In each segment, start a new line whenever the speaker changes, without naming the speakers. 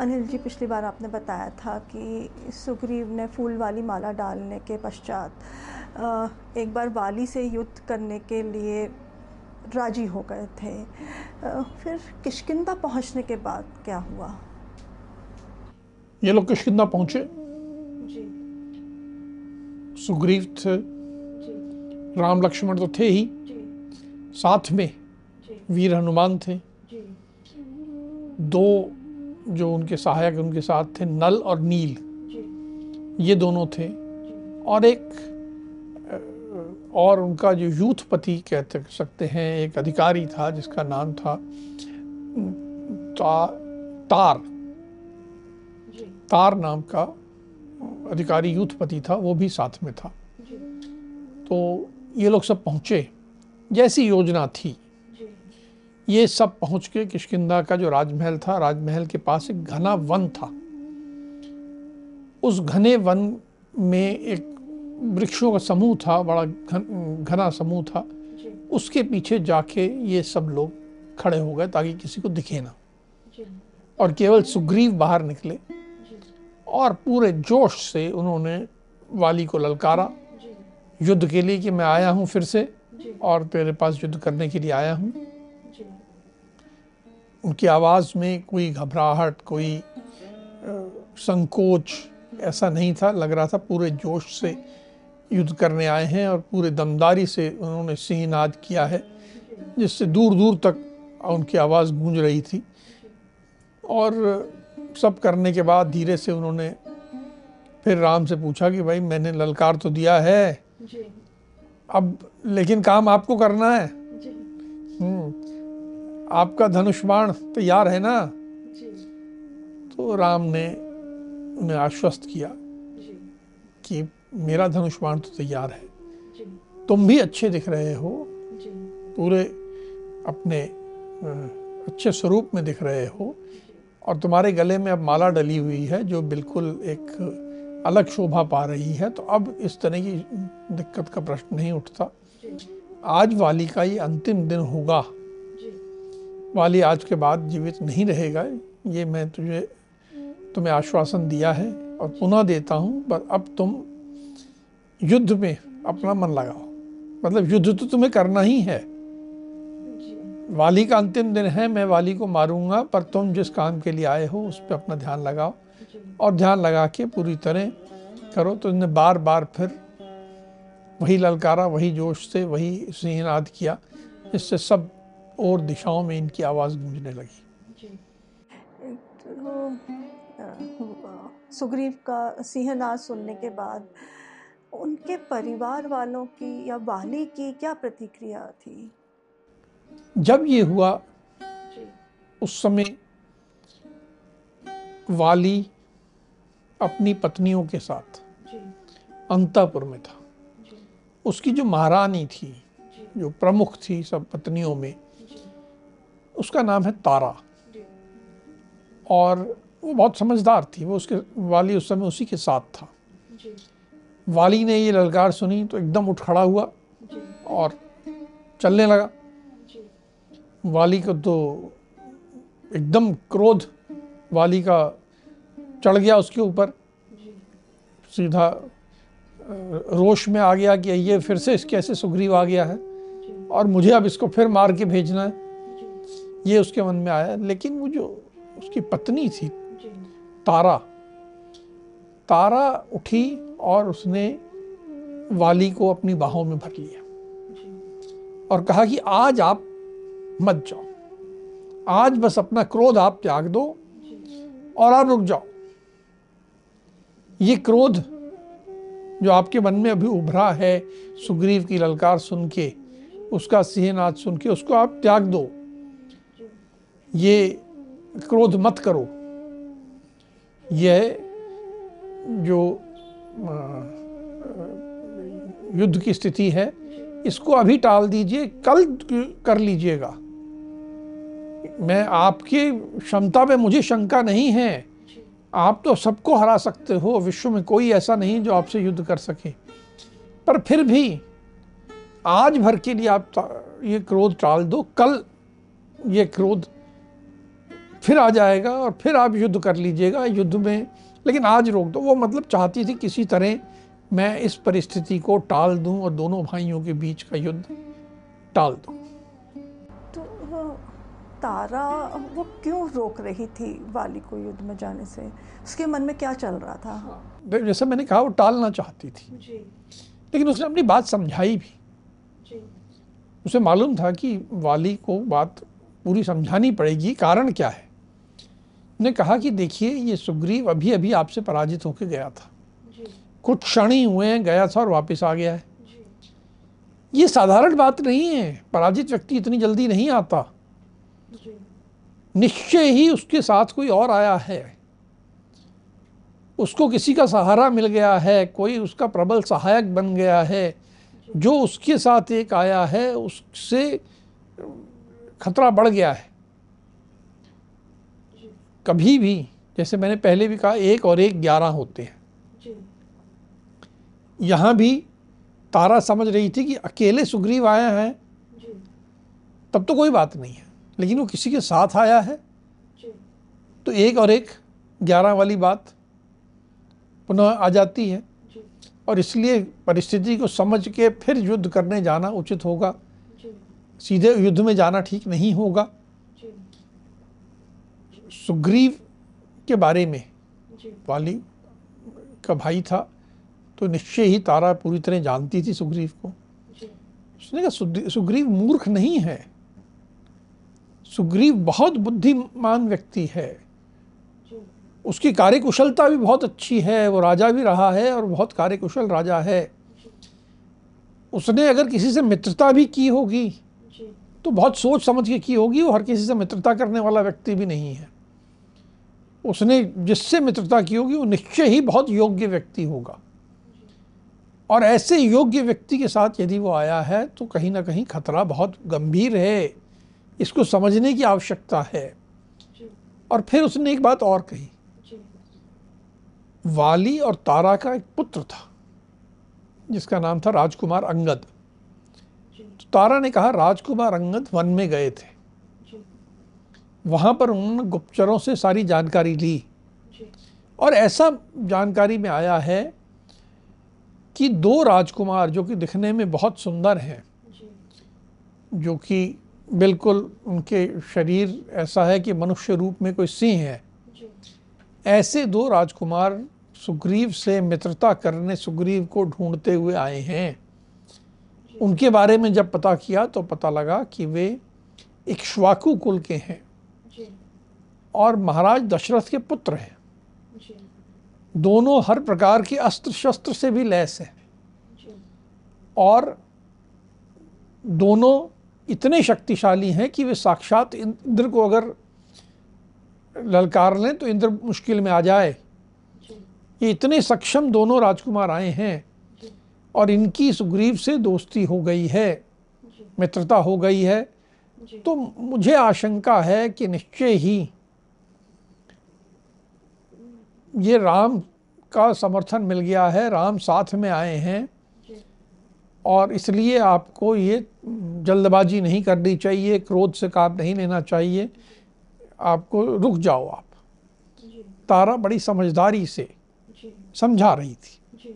अनिल जी पिछली बार आपने बताया था कि सुग्रीव ने फूल वाली माला डालने के पश्चात अ, एक बार वाली से युद्ध करने के लिए राजी हो गए थे अ, फिर किशकिंदा पहुंचने के बाद क्या हुआ
ये लोग किशकिंदा पहुंचे
जी
सुग्रीव थे
जी
राम लक्ष्मण तो थे ही
जी
साथ में
जी
वीर हनुमान थे
जी
दो जो उनके सहायक उनके साथ थे नल और नील
जी
ये दोनों थे और एक अ, और उनका जो यूथपति कहते सकते हैं एक अधिकारी था जिसका नाम था ता, तार
जी
तार नाम का अधिकारी यूथपति था वो भी साथ में था
जी
तो ये लोग सब पहुंचे जैसी योजना थी
जी
ये सब पहुंच के किशकिंदा का जो राजमहल था राजमहल के पास एक घना वन था उस घने वन में एक वृक्षों का समूह था बड़ा घन, घना समूह था
जी
उसके पीछे जाके ये सब लोग खड़े हो गए ताकि किसी को दिखे ना
जी
और केवल सुग्रीव बाहर निकले
जी
और पूरे जोश से उन्होंने वाली को ललकारा
जी
युद्ध के लिए कि मैं आया हूँ फिर से
जी
और तेरे पास युद्ध करने के लिए आया हूँ
जी
उनकी आवाज़ में कोई घबराहट कोई अ, संकोच ऐसा नहीं था लग रहा था पूरे जोश से युद्ध करने आए हैं और पूरे दमदारी से उन्होंने सिंहनाद किया है जिससे दूर दूर तक उनकी आवाज़ गूंज रही थी और सब करने के बाद धीरे से उन्होंने फिर राम से पूछा कि भाई मैंने ललकार तो दिया है
जी
अब लेकिन काम आपको करना है
जी
हम्म, आपका धनुष बाण तैयार है ना
जी
तो राम ने उन्हें आश्वस्त किया
जी
कि मेरा धनुष बाण तो तैयार है
जी
तुम भी अच्छे दिख रहे हो
जी
पूरे अपने अ, अच्छे स्वरूप में दिख रहे हो और तुम्हारे गले में अब माला डली हुई है जो बिल्कुल एक अलग शोभा पा रही है तो अब इस तरह की दिक्कत का प्रश्न नहीं उठता
जी
आज वाली का ये अंतिम दिन होगा
जी
वाली आज के बाद जीवित नहीं रहेगा ये मैं तुझे तुम्हें आश्वासन दिया है और पुनः देता हूँ पर अब तुम युद्ध में अपना मन लगाओ मतलब युद्ध तो तुम्हें करना ही है
जी
वाली का अंतिम दिन है मैं वाली को मारूंगा पर तुम जिस काम के लिए आए हो उस पर अपना ध्यान लगाओ
जी
और ध्यान लगा के पूरी तरह करो तो इनने बार बार फिर वही ललकारा वही जोश से वही सिंहनाद किया इससे सब और दिशाओं में इनकी आवाज़ गूंजने लगी
जी तो अ, सुग्रीव का सिंहनाद सुनने के बाद उनके परिवार वालों की या वाली की क्या प्रतिक्रिया थी
जब ये हुआ
जी
उस समय वाली अपनी पत्नियों के साथ
जी
अंतापुर में था
जी
उसकी जो महारानी थी
जी
जो प्रमुख थी सब पत्नियों में
जी
उसका नाम है तारा
जी
और वो बहुत समझदार थी वो उसके वाली उस समय उसी के साथ था
जी
वाली ने ये ललकार सुनी तो एकदम उठ खड़ा हुआ
जी
और चलने लगा
जी
वाली को तो एकदम क्रोध वाली का चढ़ गया उसके ऊपर
जी
सीधा अ, रोश में आ गया कि ये फिर से इस कैसे सुग्रीव आ गया है
जी
और मुझे अब इसको फिर मार के भेजना है
जी
ये उसके मन में आया लेकिन वो जो उसकी पत्नी थी
जी
तारा तारा उठी और उसने वाली को अपनी बाहों में भर लिया
जी
और कहा कि आज आप मत जाओ आज बस अपना क्रोध आप त्याग दो
जी
और आप रुक जाओ ये क्रोध जो आपके मन में अभी उभरा है सुग्रीव की ललकार सुन के उसका सिंहनाद सुन के उसको आप त्याग दो
जी
ये क्रोध मत करो यह जो अ, युद्ध की स्थिति है इसको अभी टाल दीजिए कल कर लीजिएगा मैं आपकी क्षमता में मुझे शंका नहीं है आप तो सबको हरा सकते हो विश्व में कोई ऐसा नहीं जो आपसे युद्ध कर सके पर फिर भी आज भर के लिए आप ता- ये क्रोध टाल दो कल ये क्रोध फिर आ जाएगा और फिर आप युद्ध कर लीजिएगा युद्ध में लेकिन आज रोक दो वो मतलब चाहती थी किसी तरह मैं इस परिस्थिति को टाल दूं और दोनों भाइयों के बीच का युद्ध टाल दूं
तो वो तारा वो क्यों रोक रही थी वाली को युद्ध में जाने से उसके मन में क्या चल रहा था
तो जैसे मैंने कहा वो टालना चाहती थी
हाँ, जी
लेकिन उसने अपनी बात समझाई भी
जी
उसे मालूम था कि वाली को बात पूरी समझानी पड़ेगी कारण क्या है उसने कहा कि देखिए ये सुग्रीव अभी अभी आपसे पराजित होकर गया था
जी
कुछ क्षण ही हुए हैं गया था और वापस आ गया है
जी
ये साधारण बात नहीं है पराजित व्यक्ति इतनी जल्दी नहीं आता
जी
निश्चय ही उसके साथ कोई और आया है उसको किसी का सहारा मिल गया है कोई उसका प्रबल सहायक बन गया है जो उसके साथ एक आया है उससे खतरा बढ़ गया है कभी भी जैसे मैंने पहले भी कहा एक और एक ग्यारह होते हैं
जी
यहाँ भी तारा समझ रही थी कि अकेले सुग्रीव आया है
जी
तब तो कोई बात नहीं है लेकिन वो किसी के साथ आया है
जी
तो एक और एक ग्यारह वाली बात पुनः आ जाती है
जी
और इसलिए परिस्थिति को समझ के फिर युद्ध करने जाना उचित होगा
जी
सीधे युद्ध में जाना ठीक नहीं होगा
जी
सुग्रीव के बारे में
जी
वाली का भाई था तो निश्चय ही तारा पूरी तरह जानती थी सुग्रीव को
जी
उसने कहा सुद- सुग्रीव मूर्ख नहीं है सुग्रीव बहुत बुद्धिमान व्यक्ति है
जी
उसकी कार्यकुशलता भी बहुत अच्छी है वो राजा भी रहा है और बहुत कार्यकुशल राजा है उसने अगर किसी से मित्रता भी की होगी
जी
तो बहुत सोच समझ के की होगी वो हर किसी से मित्रता करने वाला व्यक्ति भी नहीं है उसने जिससे मित्रता की होगी वो निश्चय ही बहुत योग्य व्यक्ति होगा और ऐसे योग्य व्यक्ति के साथ यदि वो आया है तो कहीं ना कहीं खतरा बहुत गंभीर है इसको समझने की आवश्यकता है
जी
और फिर उसने एक बात और कही
जी
वाली और तारा का एक पुत्र था जिसका नाम था राजकुमार अंगद
जी
तो तारा ने कहा राजकुमार अंगद वन में गए थे
जी
वहाँ पर उन्होंने गुप्तचरों से सारी जानकारी ली
जी
और ऐसा जानकारी में आया है कि दो राजकुमार जो कि दिखने में बहुत सुंदर हैं
जी
जो कि बिल्कुल उनके शरीर ऐसा है कि मनुष्य रूप में कोई सिंह है
जी
ऐसे दो राजकुमार सुग्रीव से मित्रता करने सुग्रीव को ढूंढते हुए आए हैं उनके बारे में जब पता किया तो पता लगा कि वे इक्ष्वाकु कुल के हैं
जी
और महाराज दशरथ के पुत्र हैं
जी
दोनों हर प्रकार के अस्त्र शस्त्र से भी लैस हैं
जी
और दोनों इतने शक्तिशाली हैं कि वे साक्षात इंद्र को अगर ललकार लें तो इंद्र मुश्किल में आ जाए
जी
ये इतने सक्षम दोनों राजकुमार आए हैं
जी
और इनकी सुग्रीव से दोस्ती हो गई है
जी
मित्रता हो गई है
जी
तो मुझे आशंका है कि निश्चय ही ये राम का समर्थन मिल गया है राम साथ में आए हैं
जी
और इसलिए आपको ये जल्दबाजी नहीं करनी चाहिए क्रोध से काम नहीं लेना चाहिए आपको रुक जाओ आप
जी
तारा बड़ी समझदारी से
जी
समझा रही थी
जी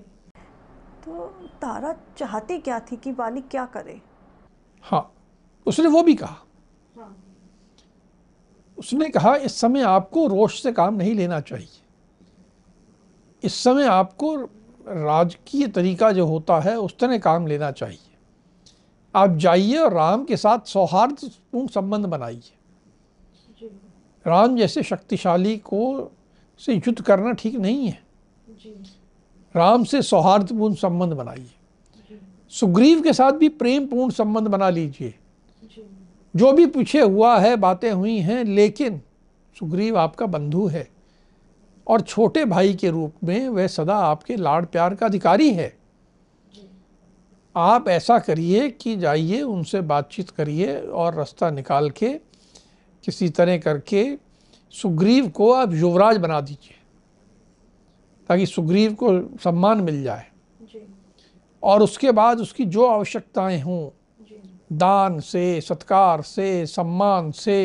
तो तारा चाहती क्या थी कि वाली क्या करे
हाँ उसने वो भी कहा
हाँ
उसने कहा इस समय आपको रोष से काम नहीं लेना चाहिए इस समय आपको राजकीय तरीका जो होता है उस तरह काम लेना चाहिए आप जाइए और राम के साथ सौहार्दपूर्ण संबंध बनाइए
जी
राम जैसे शक्तिशाली को से युद्ध करना ठीक नहीं है
जी
राम से सौहार्दपूर्ण संबंध बनाइए सुग्रीव के साथ भी प्रेमपूर्ण संबंध बना लीजिए
जी
जो भी पीछे हुआ है बातें हुई हैं लेकिन सुग्रीव आपका बंधु है और छोटे भाई के रूप में वह सदा आपके लाड प्यार का अधिकारी है आप ऐसा करिए कि जाइए उनसे बातचीत करिए और रास्ता निकाल के किसी तरह करके सुग्रीव को आप युवराज बना दीजिए ताकि सुग्रीव को सम्मान मिल जाए
जी
और उसके बाद उसकी जो आवश्यकताएं हों
जी
दान से सत्कार से सम्मान से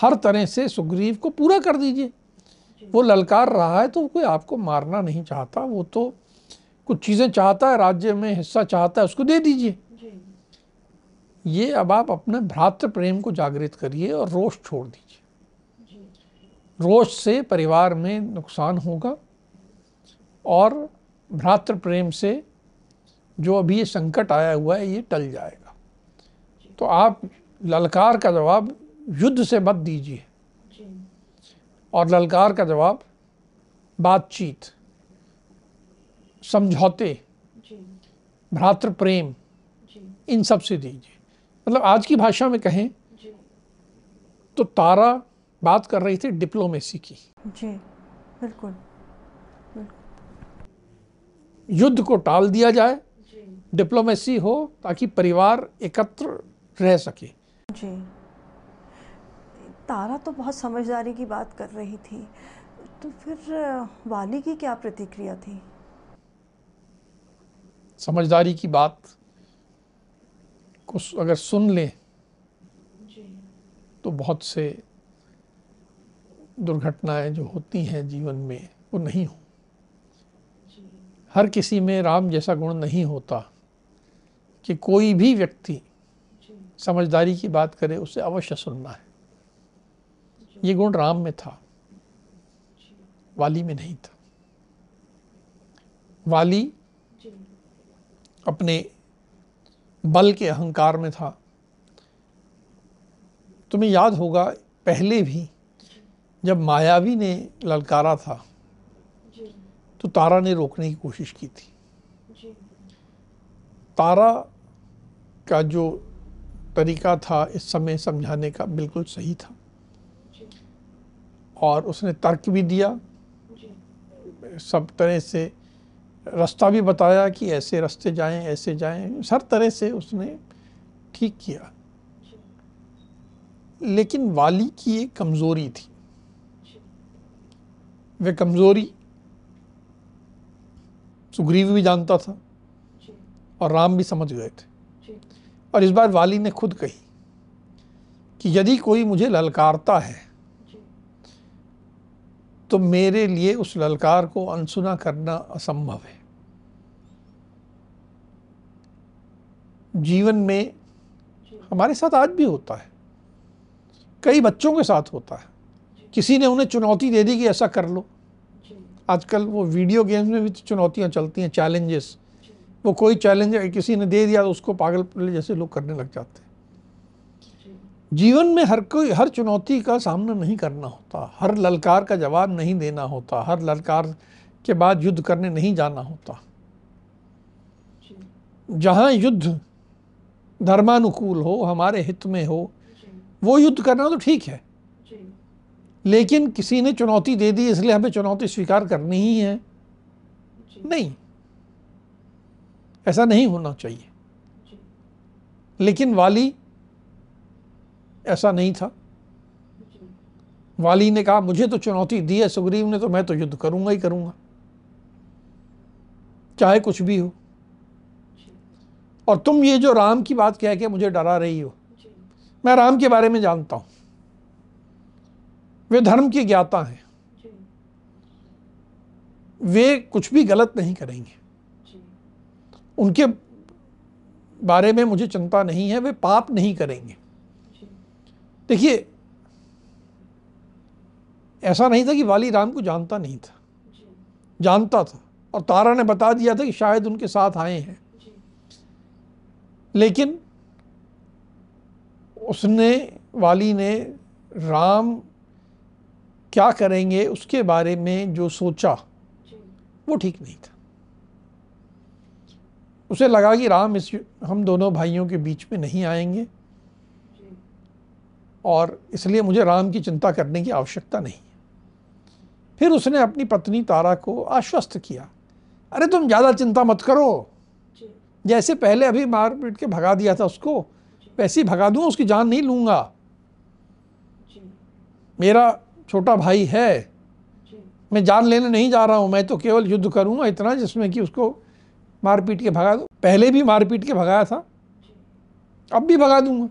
हर तरह से सुग्रीव को पूरा कर दीजिए वो ललकार रहा है तो कोई आपको मारना नहीं चाहता वो तो कुछ चीज़ें चाहता है राज्य में हिस्सा चाहता है उसको दे दीजिए
जी
ये अब आप अपने भ्रातृ प्रेम को जागृत करिए और रोष छोड़ दीजिए
जी
रोष से परिवार में नुकसान होगा और भ्रातृ प्रेम से जो अभी ये संकट आया हुआ है ये टल जाएगा तो आप ललकार का जवाब युद्ध से मत दीजिए
जी
और ललकार का जवाब बातचीत समझौते
जी
भ्रातृ प्रेम
जी
इन सब से दीजिए मतलब आज की भाषा में कहें
जी
तो तारा बात कर रही थी डिप्लोमेसी की
जी बिल्कुल
युद्ध को टाल दिया जाए
जी
डिप्लोमेसी हो ताकि परिवार एकत्र रह सके
जी तारा तो बहुत समझदारी की बात कर रही थी तो फिर अ, वाली की क्या प्रतिक्रिया थी
समझदारी की बात को सु- अगर सुन लें
जी
तो बहुत से दुर्घटनाएं जो होती हैं जीवन में वो नहीं हो
जी
हर किसी में राम जैसा गुण नहीं होता कि कोई भी व्यक्ति
जी
समझदारी की बात करे उसे अवश्य सुनना है ये गुण राम में था वाली में नहीं था वाली
जी
अपने बल के अहंकार में था तुम्हें याद होगा पहले भी जब मायावी ने ललकारा था
जी
तो तारा ने रोकने की कोशिश की थी
जी
तारा का जो तरीका था इस समय समझाने का बिल्कुल सही था
जी
और उसने तर्क भी दिया
जी
सब तरह से रास्ता भी बताया कि ऐसे रास्ते जाएं ऐसे जाएं हर तरह से उसने ठीक किया
जी
लेकिन वाली की एक कमज़ोरी थी
जी
वह कमज़ोरी सुग्रीव भी जानता था
जी
और राम भी समझ गए थे
जी
और इस बार वाली ने खुद कही कि यदि कोई मुझे ललकारता है
जी
तो मेरे लिए उस ललकार को अनसुना करना असंभव है जीवन में
जी
हमारे साथ आज भी होता है कई बच्चों के साथ होता है किसी ने उन्हें चुनौती दे दी कि ऐसा कर लो
जी
आजकल वो वीडियो गेम्स में भी चुनौतियाँ चलती हैं चैलेंजेस
जी
वो कोई चैलेंज किसी ने दे दिया तो उसको पागल जैसे लोग करने लग जाते हैं
जी
जीवन में हर कोई हर चुनौती का सामना नहीं करना होता हर ललकार का जवाब नहीं देना होता हर ललकार के बाद युद्ध करने नहीं जाना होता
जी
जहाँ युद्ध धर्मानुकूल हो हमारे हित में हो
जी
वो युद्ध करना तो ठीक है
जी
लेकिन किसी ने चुनौती दे दी इसलिए हमें चुनौती स्वीकार करनी ही है
जी
नहीं ऐसा नहीं होना चाहिए
जी
लेकिन वाली ऐसा नहीं था
जी
वाली ने कहा मुझे तो चुनौती दी है सुग्रीव ने तो मैं तो युद्ध करूंगा ही करूंगा चाहे कुछ भी हो
जी
और तुम ये जो राम की बात कह के मुझे डरा रही हो
जी
मैं राम के बारे में जानता हूँ वे धर्म के ज्ञाता हैं
जी
वे कुछ भी गलत नहीं करेंगे
जी
उनके बारे में मुझे चिंता नहीं है वे पाप नहीं करेंगे
जी
देखिए ऐसा नहीं था कि वाली राम को जानता नहीं था
जी
जानता था और तारा ने बता दिया था कि शायद उनके साथ आए हैं
जी
लेकिन उसने वाली ने राम क्या करेंगे उसके बारे में जो सोचा
जी
वो ठीक नहीं था उसे लगा कि राम इस हम दोनों भाइयों के बीच में नहीं आएंगे
जी
और इसलिए मुझे राम की चिंता करने की आवश्यकता नहीं है फिर उसने अपनी पत्नी तारा को आश्वस्त किया अरे तुम ज़्यादा चिंता मत करो
जी
जैसे पहले अभी मार पीट के भगा दिया था उसको वैसे ही भगा दूँ उसकी जान नहीं लूँगा
जी
मेरा छोटा भाई है
जी
मैं जान लेने नहीं जा रहा हूँ मैं तो केवल युद्ध करूँगा इतना जिसमें कि उसको मार पीट के भगा दूँ पहले भी मार पीट के भगाया था अब भी भगा दूंगा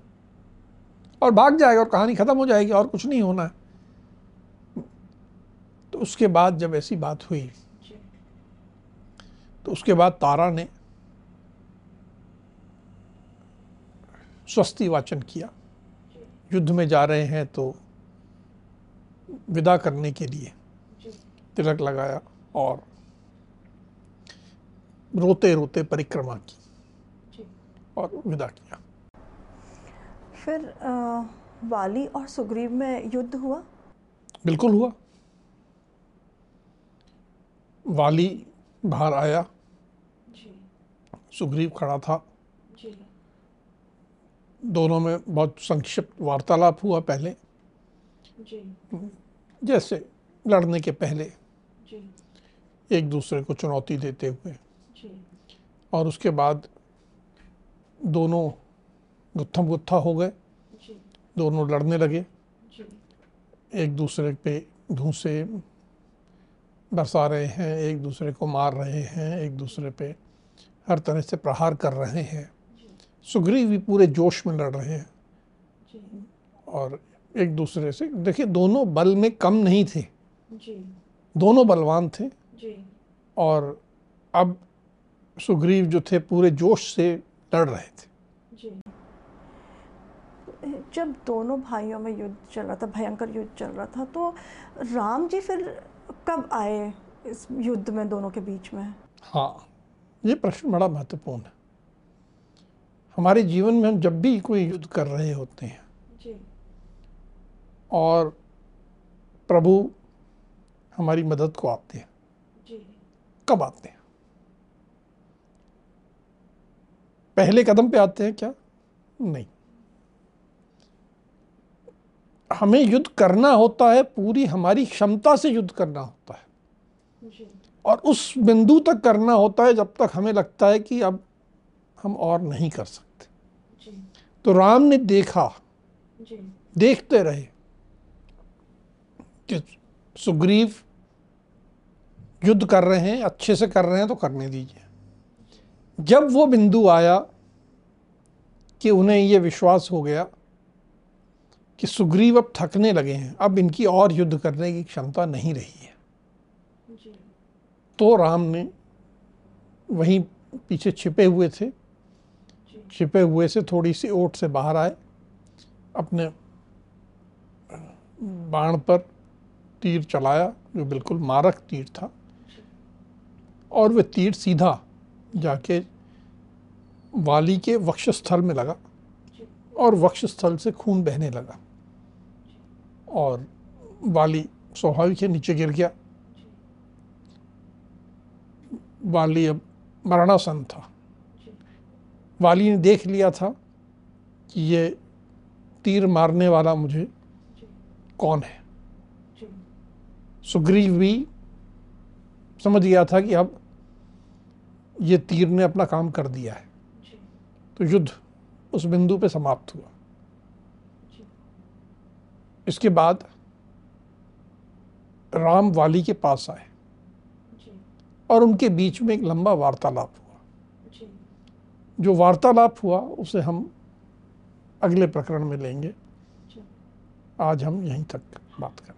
और भाग जाएगा और कहानी ख़त्म हो जाएगी और कुछ नहीं होना है तो उसके बाद जब ऐसी बात हुई
जी
तो उसके बाद तारा ने स्वस्ति वाचन किया युद्ध में जा रहे हैं तो विदा करने के लिए
जी
तिलक लगाया और रोते रोते परिक्रमा की
जी
और विदा किया
फिर अ, वाली और सुग्रीव में युद्ध हुआ
बिल्कुल हुआ वाली बाहर आया
जी
सुग्रीव खड़ा था
जी
दोनों में बहुत संक्षिप्त वार्तालाप हुआ पहले
जी
जैसे लड़ने के पहले
जी
एक दूसरे को चुनौती देते हुए
जी
और उसके बाद दोनों गुत्थम गुत्था हो गए
जी
दोनों लड़ने लगे
जी
एक दूसरे पे धूसे बरसा रहे हैं एक दूसरे को मार रहे हैं एक दूसरे पे हर तरह से प्रहार कर रहे हैं सुग्रीव भी पूरे जोश में लड़ रहे हैं
जी
और एक दूसरे से देखिए दोनों बल में कम नहीं थे
जी
दोनों बलवान थे
जी
और अब सुग्रीव जो थे पूरे जोश से लड़ रहे थे
जी जब दोनों भाइयों में युद्ध चल रहा था भयंकर युद्ध चल रहा था तो राम जी फिर कब आए इस युद्ध में दोनों के बीच में
हाँ ये प्रश्न बड़ा महत्वपूर्ण है हमारे जीवन में हम जब भी कोई युद्ध कर रहे होते हैं
जी
और प्रभु हमारी मदद को आते हैं
जी
कब आते हैं पहले कदम पे आते हैं क्या नहीं हमें युद्ध करना होता है पूरी हमारी क्षमता से युद्ध करना होता है
जी
और उस बिंदु तक करना होता है जब तक हमें लगता है कि अब हम और नहीं कर सकते
जी
तो राम ने देखा
जी
देखते रहे कि सुग्रीव युद्ध कर रहे हैं अच्छे से कर रहे हैं तो करने दीजिए जब वो बिंदु आया कि उन्हें ये विश्वास हो गया कि सुग्रीव अब थकने लगे हैं अब इनकी और युद्ध करने की क्षमता नहीं रही है
जी
तो राम ने वहीं पीछे छिपे हुए थे
जी
छिपे हुए से थोड़ी सी ओट से बाहर आए अपने बाण पर तीर चलाया जो बिल्कुल मारक तीर था और वह तीर सीधा जाके वाली के वक्षस्थल में लगा और वक्षस्थल से खून बहने लगा और वाली स्वाभाविक है नीचे गिर गया वाली अब मरणासन था वाली ने देख लिया था कि ये तीर मारने वाला मुझे कौन है
जी
सुग्रीव भी समझ गया था कि अब ये तीर ने अपना काम कर दिया है
जी
तो युद्ध उस बिंदु पे समाप्त हुआ
जी
इसके बाद राम वाली के पास आए
जी
और उनके बीच में एक लंबा वार्तालाप हुआ
जी
जो वार्तालाप हुआ उसे हम अगले प्रकरण में लेंगे
जी
आज हम यहीं तक बात करें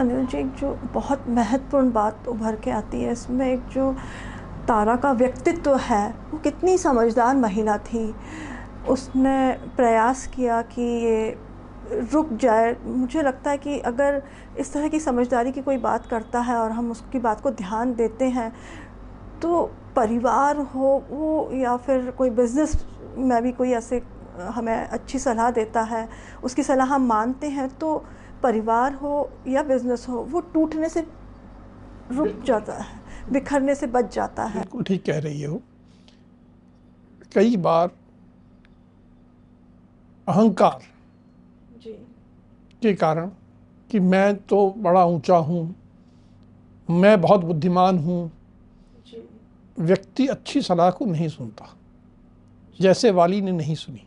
अनिल जी एक जो बहुत महत्वपूर्ण बात उभर के आती है इसमें एक जो तारा का व्यक्तित्व है वो कितनी समझदार महिला थी उसने प्रयास किया कि ये रुक जाए मुझे लगता है कि अगर इस तरह की समझदारी की कोई बात करता है और हम उसकी बात को ध्यान देते हैं तो परिवार हो वो या फिर कोई बिजनेस में भी कोई ऐसे अ, हमें अच्छी सलाह देता है उसकी सलाह हम मानते हैं तो परिवार हो या बिजनेस हो वो टूटने से रुक जाता है बिखरने से बच जाता है
बिल्कुल ठीक कह रही हो कई बार अहंकार
जी
के कारण कि मैं तो बड़ा ऊंचा हूँ मैं बहुत बुद्धिमान हूँ
जी
व्यक्ति अच्छी सलाह को नहीं सुनता जैसे वाली ने नहीं सुनी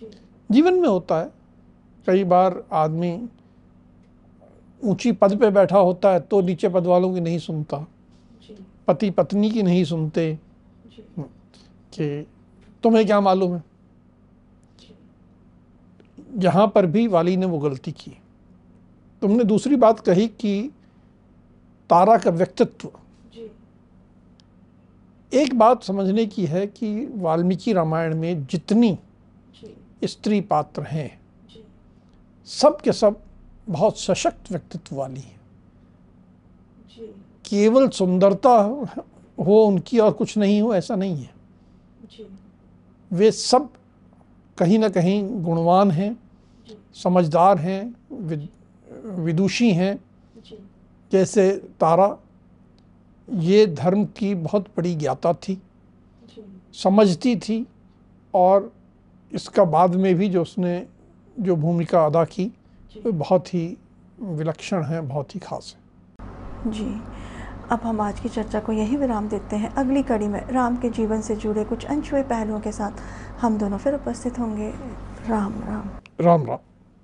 जी
जीवन में होता है कई बार आदमी ऊंची पद पे बैठा होता है तो नीचे पद वालों की नहीं सुनता
जी
पति पत्नी की नहीं सुनते
जी
कि तुम्हें क्या मालूम है
जी
यहाँ पर भी वाली ने वो गलती की तुमने दूसरी बात कही कि तारा का व्यक्तित्व
जी
एक बात समझने की है कि वाल्मीकि रामायण में जितनी
जी
स्त्री पात्र हैं
जी
सब के सब बहुत सशक्त व्यक्तित्व वाली हैं
जी
केवल सुंदरता हो उनकी और कुछ नहीं हो ऐसा नहीं है
जी
वे सब कहीं ना कहीं गुणवान हैं
जी
समझदार हैं विद, विदुषी हैं
जी
जैसे तारा ये धर्म की बहुत बड़ी ज्ञाता थी
जी
समझती थी और इसका बाद में भी जो उसने जो भूमिका अदा की
जी
वो बहुत ही विलक्षण है बहुत ही खास है
जी अब हम आज की चर्चा को यही विराम देते हैं अगली कड़ी में राम के जीवन से जुड़े कुछ अनछुए पहलुओं के साथ हम दोनों फिर उपस्थित होंगे राम राम
राम राम